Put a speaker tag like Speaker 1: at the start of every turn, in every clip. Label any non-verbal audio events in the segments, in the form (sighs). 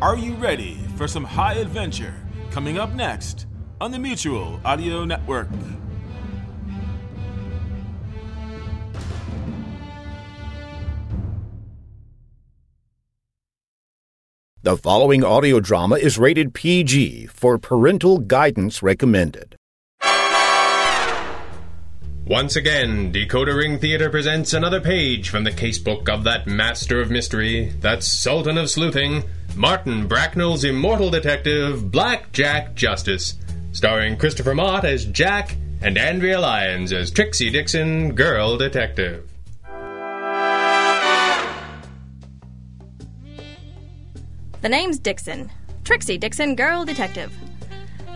Speaker 1: Are you ready for some high adventure coming up next on the Mutual Audio Network?
Speaker 2: The following audio drama is rated PG for parental guidance recommended.
Speaker 3: Once again, Decoder Ring Theater presents another page from the casebook of that master of mystery, that sultan of sleuthing, Martin Bracknell's immortal detective, Black Jack Justice, starring Christopher Mott as Jack and Andrea Lyons as Trixie Dixon, girl detective.
Speaker 4: The name's Dixon. Trixie Dixon, girl detective.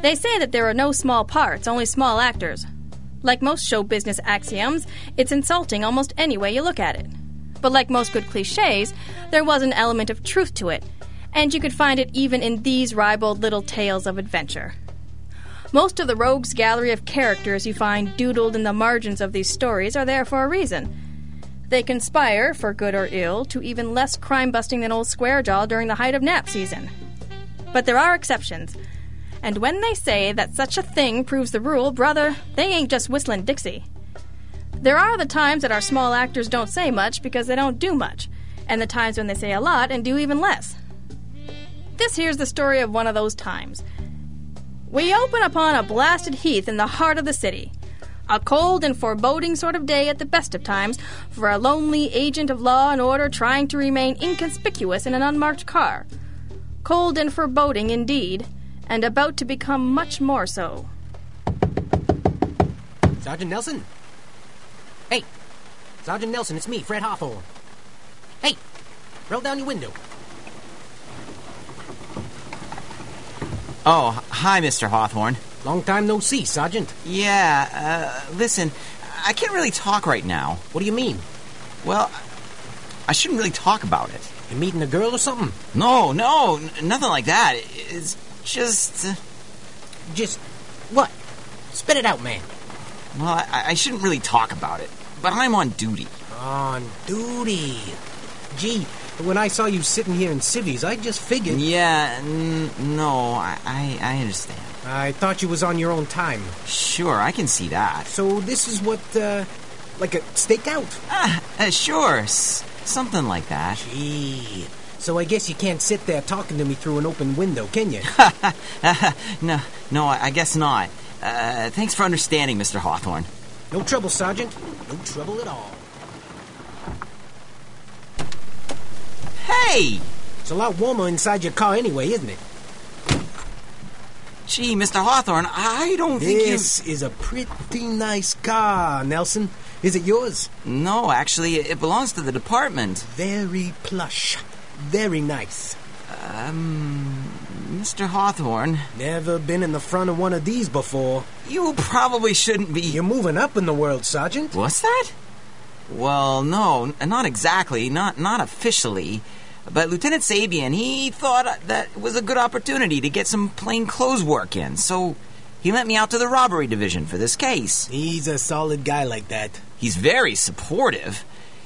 Speaker 4: They say that there are no small parts, only small actors. Like most show business axioms, it's insulting almost any way you look at it. But like most good cliches, there was an element of truth to it, and you could find it even in these ribald little tales of adventure. Most of the rogue's gallery of characters you find doodled in the margins of these stories are there for a reason. They conspire, for good or ill, to even less crime busting than old Squarejaw during the height of nap season. But there are exceptions. And when they say that such a thing proves the rule, brother, they ain't just whistling Dixie. There are the times that our small actors don't say much because they don't do much, and the times when they say a lot and do even less. This here's the story of one of those times. We open upon a blasted heath in the heart of the city. A cold and foreboding sort of day at the best of times for a lonely agent of law and order trying to remain inconspicuous in an unmarked car. Cold and foreboding indeed, and about to become much more so.
Speaker 5: Sergeant Nelson? Hey! Sergeant Nelson, it's me, Fred Hawthorne. Hey! Roll down your window.
Speaker 6: Oh, h- hi, Mr. Hawthorne.
Speaker 5: Long time no see, Sergeant.
Speaker 6: Yeah, uh, listen, I can't really talk right now.
Speaker 5: What do you mean?
Speaker 6: Well, I shouldn't really talk about it.
Speaker 5: You meeting a girl or something?
Speaker 6: No, no, n- nothing like that. It's just. Uh,
Speaker 5: Just. What? Spit it out, man.
Speaker 6: well, I-, I shouldn't really talk about it. But I'm on duty.
Speaker 5: On duty. Gee, when I saw you sitting here in civvies, I just figured.
Speaker 6: Yeah, n- no, I-, I-, I understand.
Speaker 5: I thought you was on your own time.
Speaker 6: Sure, I can see that.
Speaker 5: So this is what, uh. Like a stakeout?
Speaker 6: Ah, uh, sure, s- something like that. (laughs)
Speaker 5: Gee. So I guess you can't sit there talking to me through an open window, can you?
Speaker 6: no, no, I, I guess not. Uh, thanks for understanding, Mr. Hawthorne.
Speaker 5: no trouble, Sergeant. No trouble at all.
Speaker 6: Hey!
Speaker 5: It's a lot warmer inside your car anyway, isn't it?
Speaker 6: Gee, Mr. Hawthorne, I don't think you.
Speaker 5: This is a pretty nice car, Nelson. Is it yours?
Speaker 6: No, actually, it belongs to the department.
Speaker 5: Very plush. Very nice.
Speaker 6: Mr. Hawthorne,
Speaker 5: Never been in the front of one of these before.
Speaker 6: you probably shouldn't be.
Speaker 5: You're moving up in the world, Sergeant.
Speaker 6: What's that? Well, no, n- not exactly, not not officially. But Lieutenant Sabian, he thought that was a good opportunity to get some plain clothes work in, so he lent me out to the robbery division for this case.
Speaker 5: He's a solid guy like that.
Speaker 6: He's very supportive.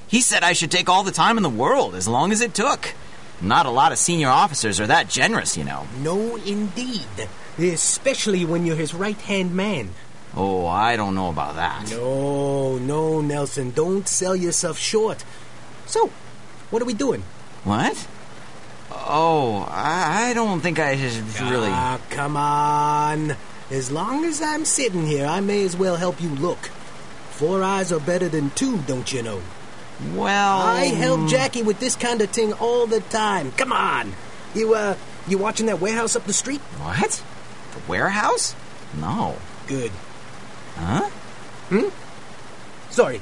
Speaker 6: He said I should take all the time in the world, as long as it took. Not a lot of senior officers are that generous, you know.
Speaker 5: No, indeed. Especially when you're his right hand man.
Speaker 6: Oh, I don't know about that.
Speaker 5: No, no, Nelson. Don't sell yourself short. So, what are we doing?
Speaker 6: What? Oh, I, I don't think I should really.
Speaker 5: Ah, come on. As long as I'm sitting here, I may as well help you look. Four eyes are better than two, don't you know?
Speaker 6: Well,
Speaker 5: I help Jackie with this kind of thing all the time. Come on. You, uh, you watching that warehouse up the street?
Speaker 6: What? The warehouse? No.
Speaker 5: Good. Hmm?
Speaker 6: Huh?
Speaker 5: Sorry.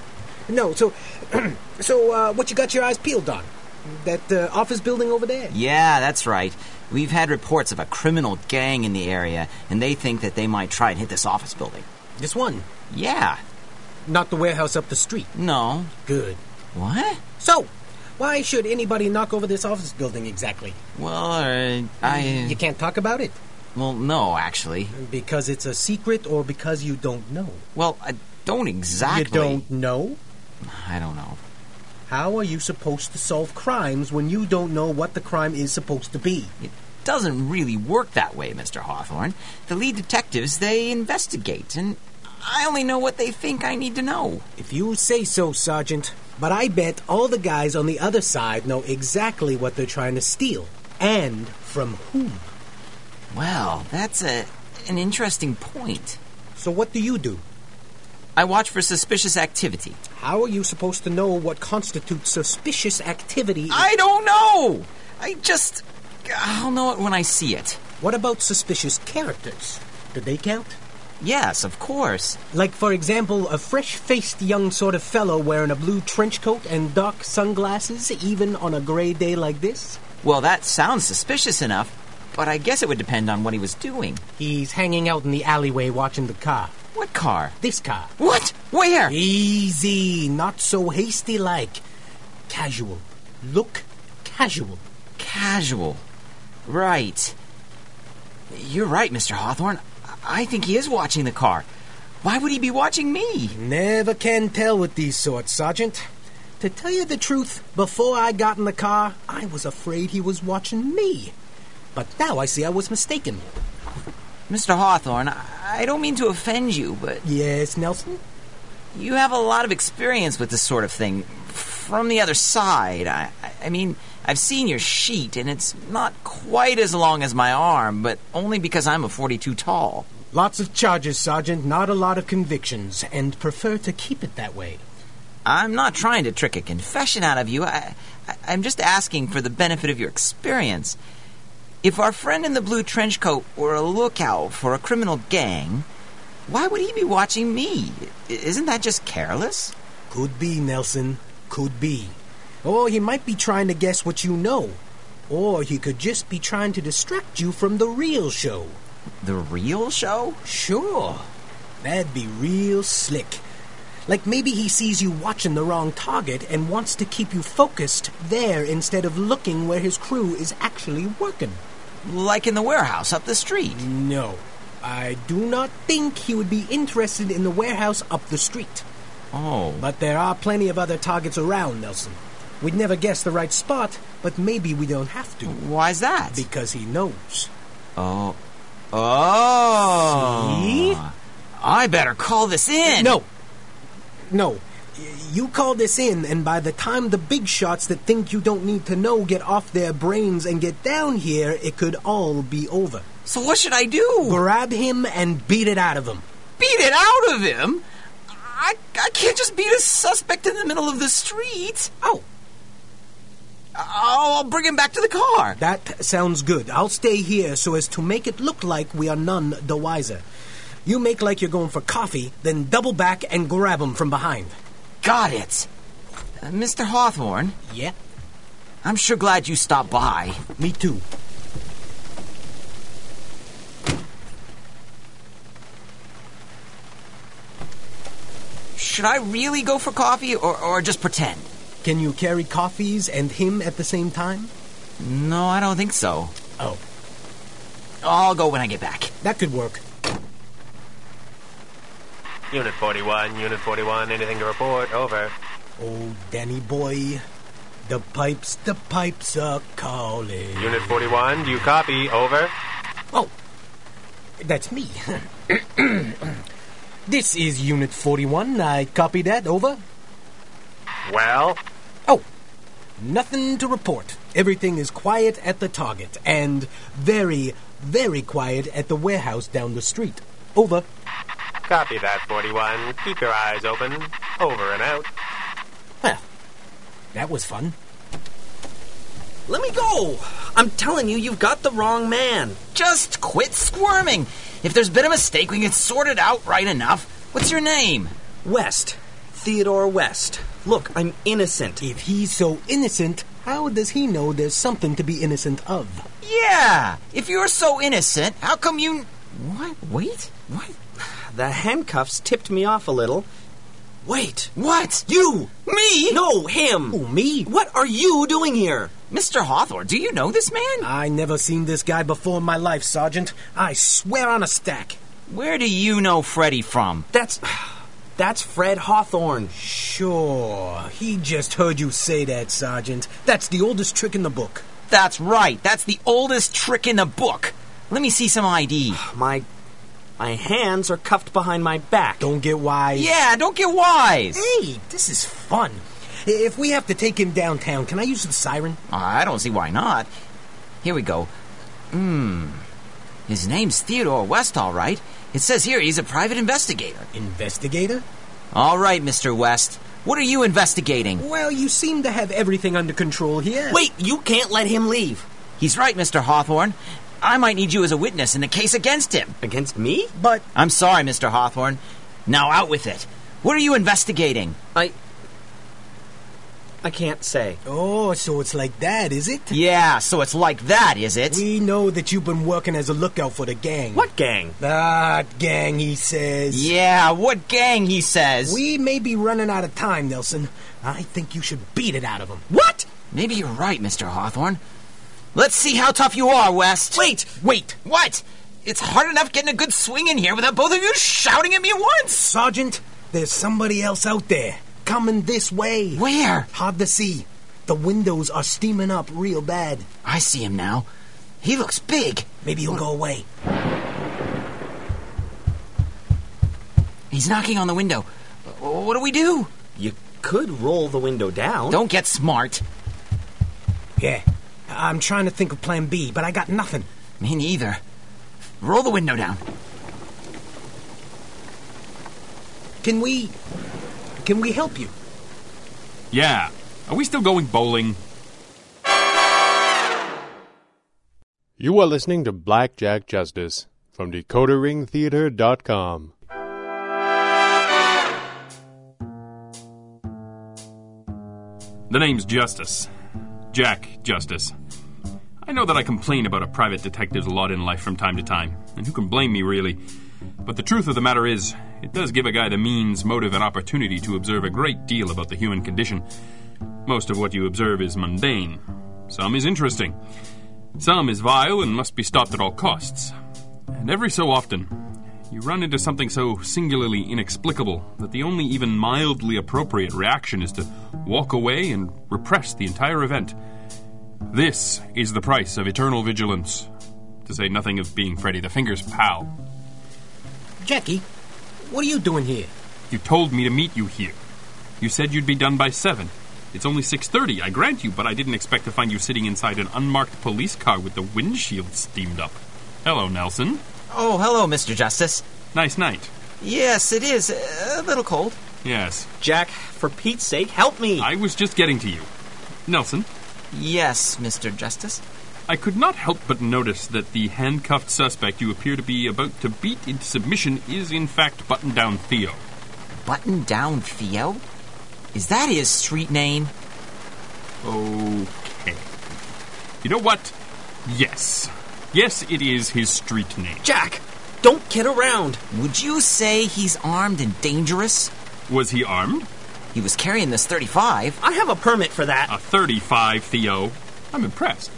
Speaker 5: No, so, (clears throat) so, uh, what you got your eyes peeled on? That, uh, office building over there?
Speaker 6: Yeah, that's right. We've had reports of a criminal gang in the area, and they think that they might try and hit this office building.
Speaker 5: This one.
Speaker 6: Yeah.
Speaker 5: Not the warehouse up the street.
Speaker 6: No.
Speaker 5: Good.
Speaker 6: What?
Speaker 5: So, why should anybody knock over this office building exactly?
Speaker 6: Well, uh, I.
Speaker 5: You can't talk about it.
Speaker 6: Well, no, actually.
Speaker 5: Because it's a secret or because you don't know?
Speaker 6: Well, I don't exactly.
Speaker 5: You don't know?
Speaker 6: I don't know.
Speaker 5: How are you supposed to solve crimes when you don't know what the crime is supposed to be?
Speaker 6: It doesn't really work that way, Mr. Hawthorne. The lead detectives, they investigate, and I only know what they think I need to know.
Speaker 5: If you say so, Sergeant. But I bet all the guys on the other side know exactly what they're trying to steal and from whom.
Speaker 6: Well, that's a an interesting point.
Speaker 5: So, what do you do?
Speaker 6: I watch for suspicious activity.
Speaker 5: How are you supposed to know what constitutes suspicious activity?
Speaker 6: I don't know. I just I'll know it when I see it.
Speaker 5: What about suspicious characters? Do they count?
Speaker 6: Yes, of course.
Speaker 5: Like, for example, a fresh faced young sort of fellow wearing a blue trench coat and dark sunglasses, even on a gray day like this?
Speaker 6: Well, that sounds suspicious enough, but I guess it would depend on what he was doing.
Speaker 5: He's hanging out in the alleyway watching the car.
Speaker 6: What car?
Speaker 5: This car.
Speaker 6: What? Where?
Speaker 5: Easy, not so hasty like. Casual. Look casual.
Speaker 6: Casual. Right. You're right, Mr. Hawthorne. I think he is watching the car. Why would he be watching me?
Speaker 5: Never can tell with these sorts, Sergeant. To tell you the truth, before I got in the car, I was afraid he was watching me. But now I see I was mistaken.
Speaker 6: Mr. Hawthorne, I don't mean to offend you, but
Speaker 5: Yes, Nelson?
Speaker 6: you have a lot of experience with this sort of thing. From the other side, I, I mean, I've seen your sheet, and it's not quite as long as my arm, but only because I'm a 42 tall.
Speaker 5: Lots of charges, Sergeant, not a lot of convictions, and prefer to keep it that way.
Speaker 6: I'm not trying to trick a confession out of you. I, I, I'm just asking for the benefit of your experience. If our friend in the blue trench coat were a lookout for a criminal gang, why would he be watching me? I- Isn't that just careless?
Speaker 5: Could be, Nelson. Could be. Or he might be trying to guess what you know. Or he could just be trying to distract you from the real show.
Speaker 6: The real show?
Speaker 5: Sure. That'd be real slick. Like maybe he sees you watching the wrong target and wants to keep you focused there instead of looking where his crew is actually working.
Speaker 6: Like in the warehouse up the street.
Speaker 5: No. I do not think he would be interested in the warehouse up the street.
Speaker 6: Oh.
Speaker 5: But there are plenty of other targets around, Nelson. We'd never guess the right spot, but maybe we don't have to.
Speaker 6: Why's that?
Speaker 5: Because he knows.
Speaker 6: oh. Oh.
Speaker 5: See?
Speaker 6: I better call this in.
Speaker 5: No. No. Y- You call this in, and by the time the big shots that think you don't need to know get off their brains and get down here, it could all be over.
Speaker 6: So what should I do?
Speaker 5: Grab him and beat it out of him.
Speaker 6: beat it out of him. I, I can't just beat a suspect in the middle of the street.
Speaker 5: Oh,
Speaker 6: I'll, I'll bring him back to the car.
Speaker 5: that sounds good. I'll stay here so as to make it look like we are none the wiser. You make like you're going for coffee, then double back and grab him from behind.
Speaker 6: Got it. Uh, Mr. Hawthorne,
Speaker 5: Yeah,
Speaker 6: I'm sure glad you stopped by.
Speaker 5: me too.
Speaker 6: Should I really go for coffee or, or just pretend?
Speaker 5: Can you carry coffees and him at the same time?
Speaker 6: No, I don't think so.
Speaker 5: Oh,
Speaker 6: I'll go when I get back.
Speaker 5: that could work.
Speaker 7: Unit 41, Unit 41, anything to report? Over.
Speaker 5: Oh, Danny boy, the pipes, the pipes are calling.
Speaker 7: Unit 41, do you copy? Over.
Speaker 5: Oh, that's me. (coughs) this is Unit 41. I copy that. Over.
Speaker 7: Well,
Speaker 5: Oh, nothing to report. Everything is quiet at the target and very, very quiet at the warehouse down the street. Over.
Speaker 7: copy that, 41. Keep your eyes open. Over and out.
Speaker 5: Well, that was fun.
Speaker 8: Let me go. I'm telling you, you've got the wrong man.
Speaker 6: Just quit squirming. If there's been a mistake, we can sort it out right enough. What's your name?
Speaker 8: West. Theodore West. Look, I'm innocent.
Speaker 5: If he's so innocent, how does he know there's something to be innocent of?
Speaker 6: Yeah. If you're so innocent, how come you. What? Wait? What?
Speaker 8: The handcuffs tipped me off a little. Wait.
Speaker 6: What?
Speaker 8: You!
Speaker 6: Me? Oh,
Speaker 8: No, him!
Speaker 5: Who, me?
Speaker 8: What are you doing here?
Speaker 6: Mr. Hawthorne, do you know this man?
Speaker 8: Uh,
Speaker 5: I never seen this guy before in my life, Sergeant. I swear on a stack.
Speaker 6: Where do you know Freddy from?
Speaker 8: That's. That's Fred Hawthorne.
Speaker 5: Sure. He just heard you say that, Sergeant. That's the oldest trick in the book.
Speaker 6: That's right. That's the oldest trick in the book. Let me see some
Speaker 8: (sighs)
Speaker 6: ID.
Speaker 8: My my hands are cuffed behind my back.
Speaker 5: Don't get wise.
Speaker 6: Yeah, don't get wise.
Speaker 5: Hey, this is fun. I- If we have to take him downtown, can I use the siren?
Speaker 6: I don't see why not. Here we go. Hmm. His name's Theodore West, all right. It says here he's a private investigator.
Speaker 5: Investigator?
Speaker 6: All right, Mr. West. What are you investigating?
Speaker 5: Well, you seem to have everything under control here.
Speaker 8: Wait, you can't let him leave.
Speaker 6: He's right, Mr. Hawthorne. I might need you as a witness in the case against him.
Speaker 8: Against me?
Speaker 5: But
Speaker 6: I'm sorry, Mr. Hawthorne. Now out with it. What are you investigating?
Speaker 8: I I can't say.
Speaker 5: oh, so it's like that, is it?
Speaker 6: Yeah, so it's like that, is it?
Speaker 5: We know that you've been working as a lookout for the gang.
Speaker 8: What gang?
Speaker 5: That gang, he says.
Speaker 6: Yeah, what gang, he says.
Speaker 5: We may be running out of time, Nelson. I think you should beat it out of him.
Speaker 8: What?
Speaker 6: Maybe you're right, Mr. Hawthorne. Let's see how tough you are, West.
Speaker 8: Wait,
Speaker 6: Wait, what? It's hard enough getting a good swing in here without both of you shouting at me at once.
Speaker 5: Sergeant, there's somebody else out there. Coming this way.
Speaker 6: Where?
Speaker 5: Hard to see. The windows are steaming up real bad.
Speaker 6: I see him now. He looks big.
Speaker 5: Maybe he'll go away.
Speaker 6: He's knocking on the window. What do we do?
Speaker 8: You could roll the window down.
Speaker 6: Don't get smart.
Speaker 5: Yeah. I'm trying to think of plan B, but I got nothing.
Speaker 6: Me neither. Roll the window down.
Speaker 5: Can we. Can we help you?
Speaker 9: Yeah. Are we still going bowling?
Speaker 10: You are listening to Blackjack Justice from DecoderRingTheater.com.
Speaker 9: The name's Justice. Jack Justice. I know that I complain about a private detective's lot in life from time to time, and who can blame me, really? But the truth of the matter is, it does give a guy the means, motive, and opportunity to observe a great deal about the human condition. Most of what you observe is mundane, some is interesting, some is vile and must be stopped at all costs. And every so often, you run into something so singularly inexplicable that the only even mildly appropriate reaction is to walk away and repress the entire event. This is the price of eternal vigilance, to say nothing of being Freddy the Finger's pal.
Speaker 5: Jackie, what are you doing here?
Speaker 9: You told me to meet you here. You said you'd be done by 7. It's only 6:30, I grant you, but I didn't expect to find you sitting inside an unmarked police car with the windshield steamed up. Hello, Nelson.
Speaker 6: Oh, hello, Mr. Justice.
Speaker 9: Nice night.
Speaker 6: Yes, it is. A little cold.
Speaker 9: Yes.
Speaker 8: Jack, for Pete's sake, help me.
Speaker 9: I was just getting to you. Nelson,
Speaker 6: Yes, Mr. Justice.
Speaker 9: I could not help but notice that the handcuffed suspect you appear to be about to beat into submission is, in fact, button down Theo.
Speaker 6: Button down Theo? Is that his street name?
Speaker 9: Okay. You know what? Yes. Yes, it is his street name.
Speaker 8: Jack, don't kid around.
Speaker 6: Would you say he's armed and dangerous?
Speaker 9: Was he armed?
Speaker 6: He was carrying this 35.
Speaker 8: I have a permit for that.
Speaker 5: Uh.
Speaker 9: A 35, Theo. I'm impressed.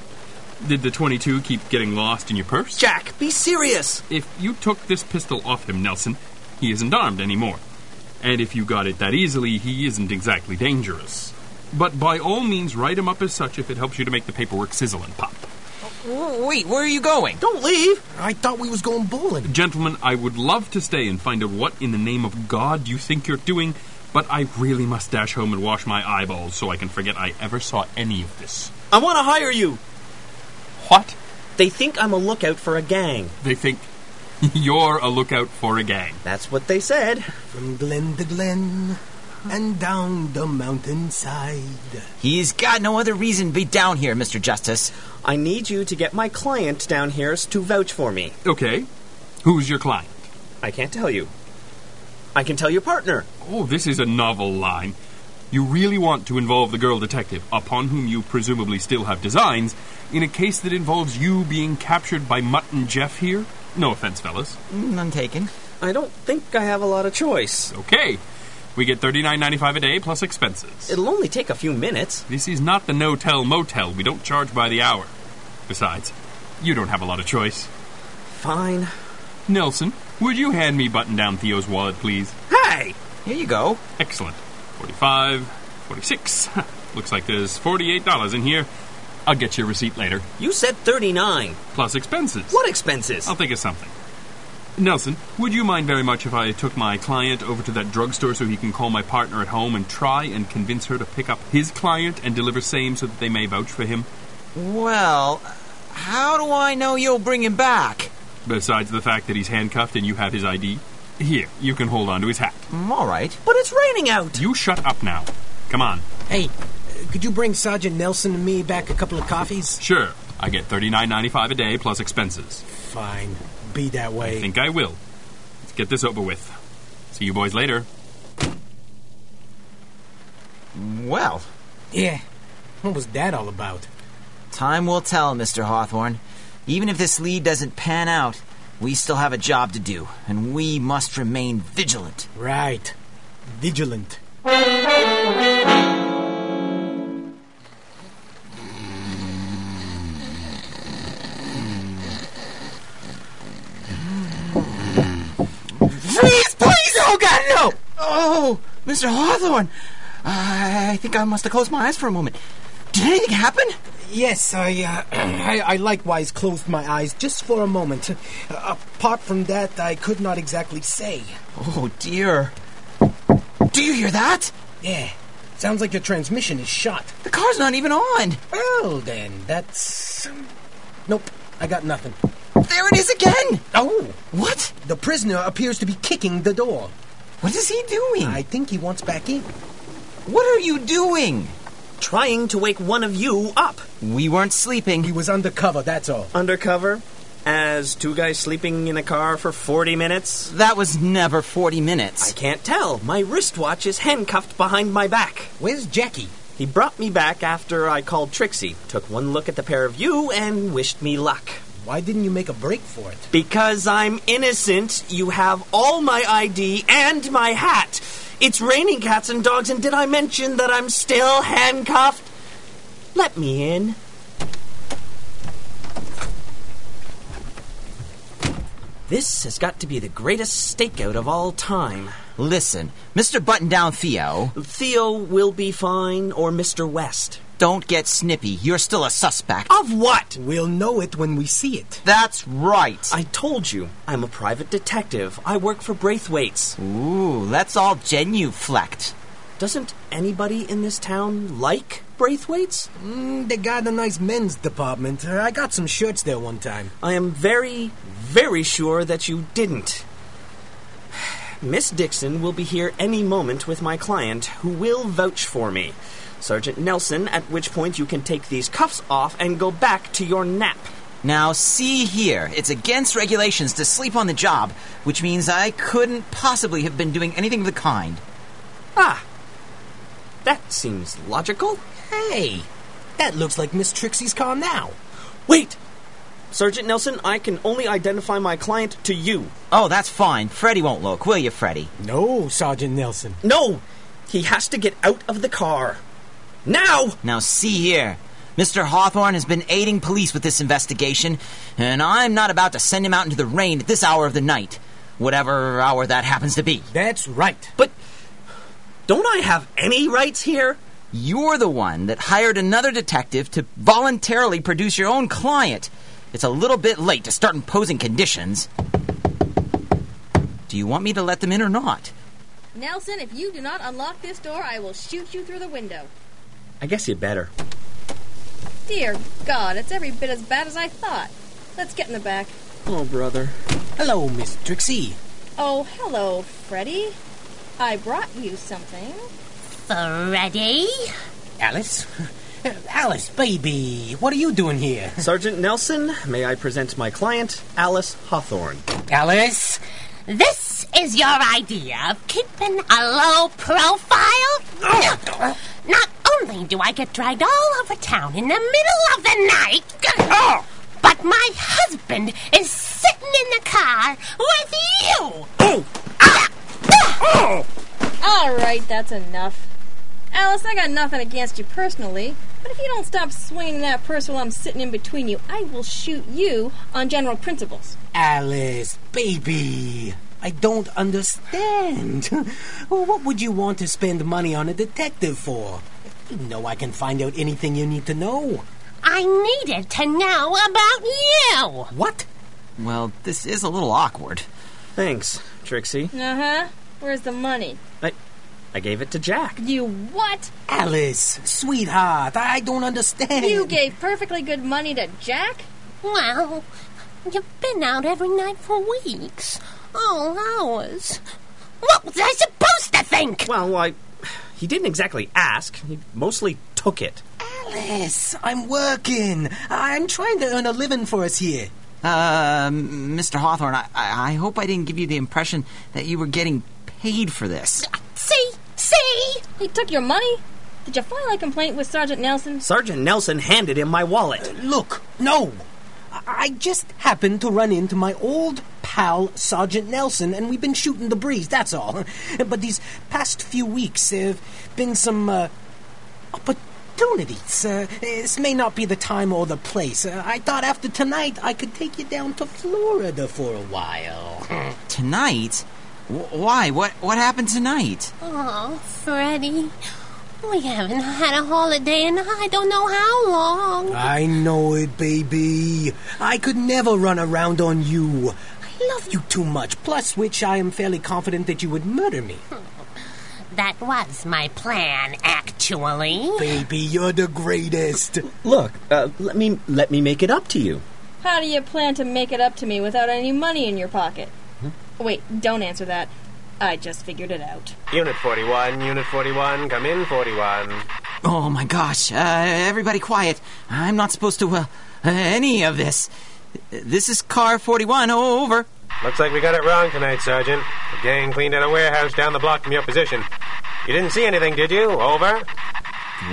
Speaker 9: Did the 22 keep getting lost in your purse?
Speaker 8: Jack, be serious.
Speaker 9: If you took this pistol off him, Nelson, he isn't armed anymore. And if you got it that easily, he isn't exactly dangerous. But by all means, write him up as such if it helps you to make the paperwork sizzle and pop.
Speaker 6: W- Wait, where are you going?
Speaker 8: Don't leave.
Speaker 5: I thought we was going bowling.
Speaker 9: Gentlemen, I would love to stay and find out what in the name of God you think you're doing, but I really must dash home and wash my eyeballs so I can forget I ever saw any of this.
Speaker 8: I want to hire you.
Speaker 9: What?
Speaker 8: They think I'm a lookout for a gang.
Speaker 9: They think (laughs) you're a lookout for a gang.
Speaker 8: That's what they said.
Speaker 5: From glen to glen and down the mountainside.
Speaker 6: He's got no other reason to be down here, Mr. Justice.
Speaker 8: I need you to get my client down here to vouch for me.
Speaker 9: Okay. Who's your client?
Speaker 8: I can't tell you. I can tell your partner.
Speaker 9: Oh, this is a novel line. You really want to involve the girl detective, upon whom you presumably still have designs, in a case that involves you being captured by Mutt and Jeff here? No offense, fellas.
Speaker 6: None Mm, taken.
Speaker 8: I don't think I have a lot of choice.
Speaker 9: Okay. We get thirty-nine ninety-five a day plus expenses.
Speaker 8: It'll only take a few minutes.
Speaker 9: This is not the no-tell motel. We don't charge by the hour. Besides, you don't have a lot of choice.
Speaker 8: Fine.
Speaker 9: Nelson, would you hand me button down Theo's wallet, please?
Speaker 8: Hey!
Speaker 6: Here you go.
Speaker 9: Excellent. 45, 46. (laughs) Looks like there's $48 in here. I'll get your receipt later.
Speaker 8: You said 39.
Speaker 9: Plus expenses.
Speaker 8: What expenses?
Speaker 9: I'll think of something. Nelson, would you mind very much if I took my client over to that drugstore so he can call my partner at home and try and convince her to pick up his client and deliver same so that they may vouch for him?
Speaker 6: Well, how do I know you'll bring him back?
Speaker 9: Besides the fact that he's handcuffed and you have his ID? Here, you can hold on to his hat.
Speaker 6: Mm, All right.
Speaker 8: But it's raining out.
Speaker 9: You shut up now. Come on.
Speaker 5: Hey, uh, could you bring Sergeant Nelson and me back a couple of coffees?
Speaker 9: Sure, I get thirty-nine ninety-five a day plus expenses.
Speaker 5: Fine. Be that
Speaker 9: I
Speaker 5: way.
Speaker 9: think I will. Let's get this over with. See you boys later.
Speaker 6: Well,
Speaker 5: Yeah. What was that all about?
Speaker 6: time will tell, Mr. Hawthorne. Even if this lead doesn't pan out, we still have a job to do, and we must remain vigilant.
Speaker 5: Right. Vigilant.
Speaker 6: Please, please, oh God, no! Oh, Mr. Hawthorne, I think I must have closed my eyes for a moment. Did anything happen?
Speaker 5: Yes, I, uh, (clears throat) I, I likewise closed my eyes just for a moment. Uh, apart from that, I could not exactly say.
Speaker 6: Oh dear. Do you hear that?
Speaker 5: Yeah, sounds like your transmission is shot.
Speaker 6: The car's not even on.
Speaker 5: Well, then, that's. Nope, I got nothing.
Speaker 6: There it is again.
Speaker 5: Oh,
Speaker 6: What?
Speaker 5: the prisoner appears to be kicking the door.
Speaker 6: What is he doing?
Speaker 5: I think he wants back in.
Speaker 6: What are you doing?
Speaker 8: Trying to wake one of you up.
Speaker 6: We weren't
Speaker 5: He
Speaker 6: sleeping.
Speaker 5: was undercover, that's all.
Speaker 8: Undercover? As two guys sleeping in a car for 40 minutes?
Speaker 6: That was never 40
Speaker 8: I
Speaker 6: minutes.
Speaker 8: can't tell. My wristwatch is handcuffed behind my back.
Speaker 5: Where's Jackie?
Speaker 8: He brought me back after I called Trixie, took one look at the pair of you, and wished me luck.
Speaker 5: Why didn't you make a break for it?
Speaker 8: Because I'm innocent, you have all my ID and my hat. It's raining cats and dogs, and did I mention that I'm still handcuffed? Let me in. This has got to be the greatest stakeout of all time.
Speaker 6: Listen, Mr. Button Down Theo,
Speaker 8: Theo will be fine, or Mr. West.
Speaker 6: don't get snippy. You're still a suspect.
Speaker 8: Of what?
Speaker 5: We'll know it when we see it.
Speaker 6: That's right.
Speaker 8: I told you, I'm a private detective. I work for Braithwaite's.
Speaker 6: Ooh, let's all genuflect.
Speaker 8: Doesn't anybody in this town like Braithwaite's?
Speaker 5: Mm, they got a nice men's department. Uh, I got some shirts there one time.
Speaker 8: I am very, very sure that you didn't. (sighs) Miss Dixon will be here any moment with my client, who will vouch for me. Sergeant Nelson, at which point you can take these cuffs off and go back to your nap.
Speaker 6: Now, see here, it's against regulations to sleep on the job, which means I couldn't possibly have been doing anything of the kind.
Speaker 8: Ah! That seems logical.
Speaker 5: Hey, that looks like Miss Trixie's car now.
Speaker 8: Wait! Sergeant Nelson, I can only identify my client to you.
Speaker 6: Oh, that's fine. Freddy won't look, will you, Freddy?
Speaker 5: No, Sergeant Nelson.
Speaker 8: No! He has to get out of the car. Now!
Speaker 6: Now, see here. Mr. Hawthorne has been aiding police with this investigation, and I'm not about to send him out into the rain at this hour of the night. Whatever hour that happens to be.
Speaker 5: That's right.
Speaker 8: But don't I have any rights here?
Speaker 6: You're the one that hired another detective to voluntarily produce your own client. It's a little bit late to start imposing conditions. Do you want me to let them in or not?
Speaker 4: Nelson, if you do not unlock this door, I will shoot you through the window.
Speaker 8: I guess you better.
Speaker 4: Dear God, it's every bit as bad as I thought. Let's get in the back.
Speaker 8: Oh, brother.
Speaker 5: Hello, Miss Trixie.
Speaker 4: Oh, hello, Freddy. I brought you something.
Speaker 11: Freddy?
Speaker 5: Alice? (laughs) Alice, baby, what are you doing here?
Speaker 8: Sergeant Nelson, may I present my client, Alice Hawthorne?
Speaker 5: Alice?
Speaker 11: This is your idea of keeping a low profile? Not only do I get dragged all over town in the middle of the night, but my husband is sitting in the car with you! Ah.
Speaker 4: All right, that's enough. Alice, I got nothing against you personally, but if you don't stop swinging that purse while I'm sitting in between you, I will shoot you on general principles.
Speaker 5: Alice, baby. I don't understand. (laughs) what would you want to spend money on a detective for? You know I can find out anything you need to know.
Speaker 11: I needed to know about you.
Speaker 5: What?
Speaker 6: Well, this is a little awkward.
Speaker 8: Thanks, Trixie.
Speaker 4: Uh huh. Where's the money?
Speaker 8: I, I gave it to Jack.
Speaker 4: You what?
Speaker 5: Alice, sweetheart, I don't
Speaker 11: (laughs)
Speaker 5: understand.
Speaker 4: You gave perfectly good money to Jack?
Speaker 11: Well, you've been out every night for weeks, all hours. What was I supposed to think?
Speaker 8: Well, I. He didn't exactly ask, he mostly took it.
Speaker 5: Alice, I'm working. I'm trying to earn a living for us here.
Speaker 6: Uh, Mr. Hawthorne, I, I I hope I didn't give you the impression that you were getting paid for this.
Speaker 11: See? See?
Speaker 4: He took your money? Did you file a complaint with Sergeant Nelson?
Speaker 8: Sergeant Nelson handed him my wallet.
Speaker 5: Look, no. I- I just happened to run into my old pal, Sergeant Nelson, and we've been shooting the breeze, that's all. (laughs) But these past few weeks, there have been some uh, opportunities. Uh, this may not be the time or the place. Uh, I thought after tonight I could take you down to Florida for a while.
Speaker 6: Tonight? Wh- Why? What what happened tonight?
Speaker 11: Oh, Freddy, we haven't had a holiday in I don't know how long.
Speaker 5: I know it, baby. I could never run around on you. I love you too much, plus, which I am fairly confident that you would murder me.
Speaker 11: That was my plan, actually.
Speaker 5: Baby, you're the greatest.
Speaker 8: Look, uh, let me let me make it up to you.
Speaker 4: How do you plan to make it up to me without any money in your pocket? Wait, don't answer that. I just figured it out.
Speaker 7: Unit 41, Unit 41, come in 41.
Speaker 6: Oh my gosh! Uh, everybody, quiet! I'm not supposed to uh, uh, any of this. This is car forty-one. Over.
Speaker 7: Looks like we got it wrong tonight, Sergeant. The gang cleaned out a warehouse down the block from your position. You didn't see anything, did you? Over.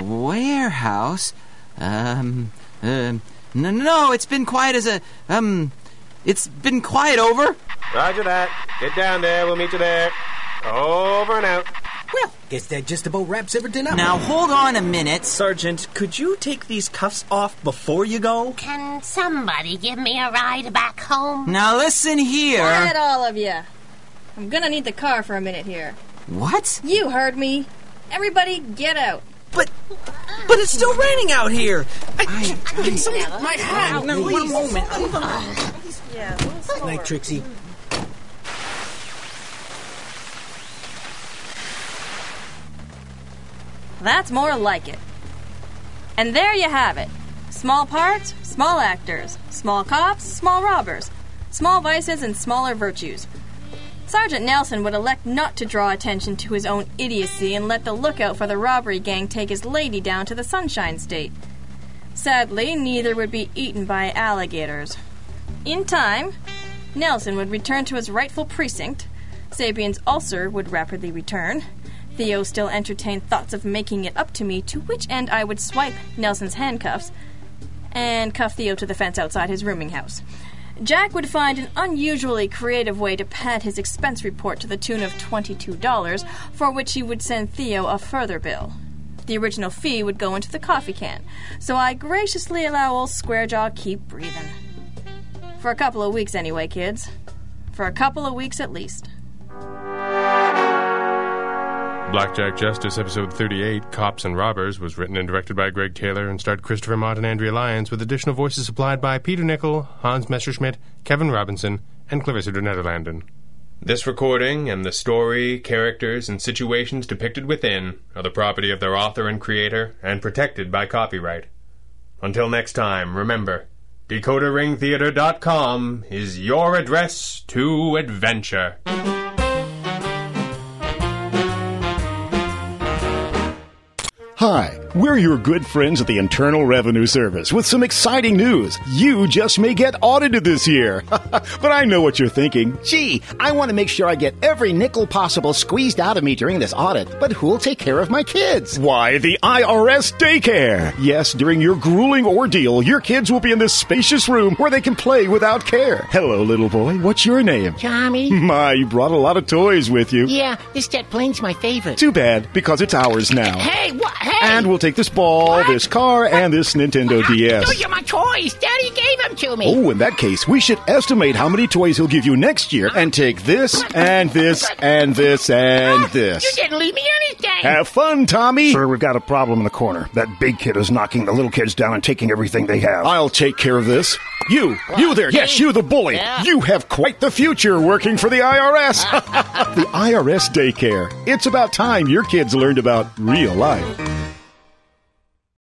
Speaker 6: Warehouse. Um. Um. No, no, it's been quiet as a um. It's been quiet. Over.
Speaker 7: Roger that. Get down there. We'll meet you there. Over and out.
Speaker 5: Well, guess that just about wraps everything up.
Speaker 6: Now hold on a minute.
Speaker 8: Sergeant, could you take these cuffs off before you go?
Speaker 11: Can somebody give me a ride back home?
Speaker 6: Now listen here.
Speaker 4: Quiet, all of you. I'm gonna need the car for a minute here.
Speaker 6: What?
Speaker 4: You heard me. Everybody, get out.
Speaker 8: But but it's still raining out here. I,
Speaker 6: I-
Speaker 8: my hat. No, one moment.
Speaker 4: Yeah,
Speaker 5: Night, Trixie.
Speaker 4: That's more like it. And there you have it. Small parts, small actors, small cops, small robbers, small vices, and smaller virtues. Sergeant Nelson would elect not to draw attention to his own idiocy and let the lookout for the robbery gang take his lady down to the Sunshine State. Sadly, neither would be eaten by alligators. In time, Nelson would return to his rightful precinct. Sabian's ulcer would rapidly return. Theo still entertained thoughts of making it up to me, to which end I would swipe Nelson's handcuffs and cuff Theo to the fence outside his rooming house. Jack would find an unusually creative way to pad his expense report to the tune of $22, for which he would send Theo a further bill. The original fee would go into the coffee can, so I graciously allow old Squarejaw keep breathing. For a couple of weeks, anyway, kids. For a couple of weeks at least.
Speaker 10: Blackjack Justice, Episode 38, Cops and Robbers, was written and directed by Greg Taylor and starred Christopher Mott and Andrea Lyons, with additional voices supplied by Peter Nickel, Hans Messerschmidt, Kevin Robinson, and Clarissa de Nederlanden.
Speaker 3: This recording and the story, characters, and situations depicted within are the property of their author and creator and protected by copyright. Until next time, remember DecoderRingTheater.com is your address to adventure.
Speaker 12: Hi, we're your good friends at the Internal Revenue Service with some exciting news. You just may get audited this year. (laughs) but I know what you're thinking.
Speaker 13: Gee, I want to make sure I get every nickel possible squeezed out of me during this audit, but who'll take care of my kids?
Speaker 12: Why, the IRS daycare! Yes, during your grueling ordeal, your kids will be in this spacious room where they can play without care. Hello, little boy. What's your name?
Speaker 13: Johnny?
Speaker 12: My, you brought a lot of toys with you.
Speaker 13: Yeah, this jet plane's my favorite.
Speaker 12: Too bad, because it's ours now.
Speaker 13: Hey, what? Hey!
Speaker 12: And we'll take this ball, this car, and this Nintendo DS.
Speaker 8: Those are my toys. Daddy gave them to me.
Speaker 12: Oh, in that case, we should estimate how many toys he'll give you next year and take this, and this, and this, and
Speaker 8: You
Speaker 12: this.
Speaker 8: didn't leave me anything.
Speaker 12: Have fun, Tommy!
Speaker 7: Sir, we've got a problem in the corner. That big kid is knocking the little kids down and taking everything they have.
Speaker 12: I'll take care of this. You, you there, yes, you, the bully. You have quite the future working for the (laughs) IRS. the IRS daycare. It's about time your kids learned about real life.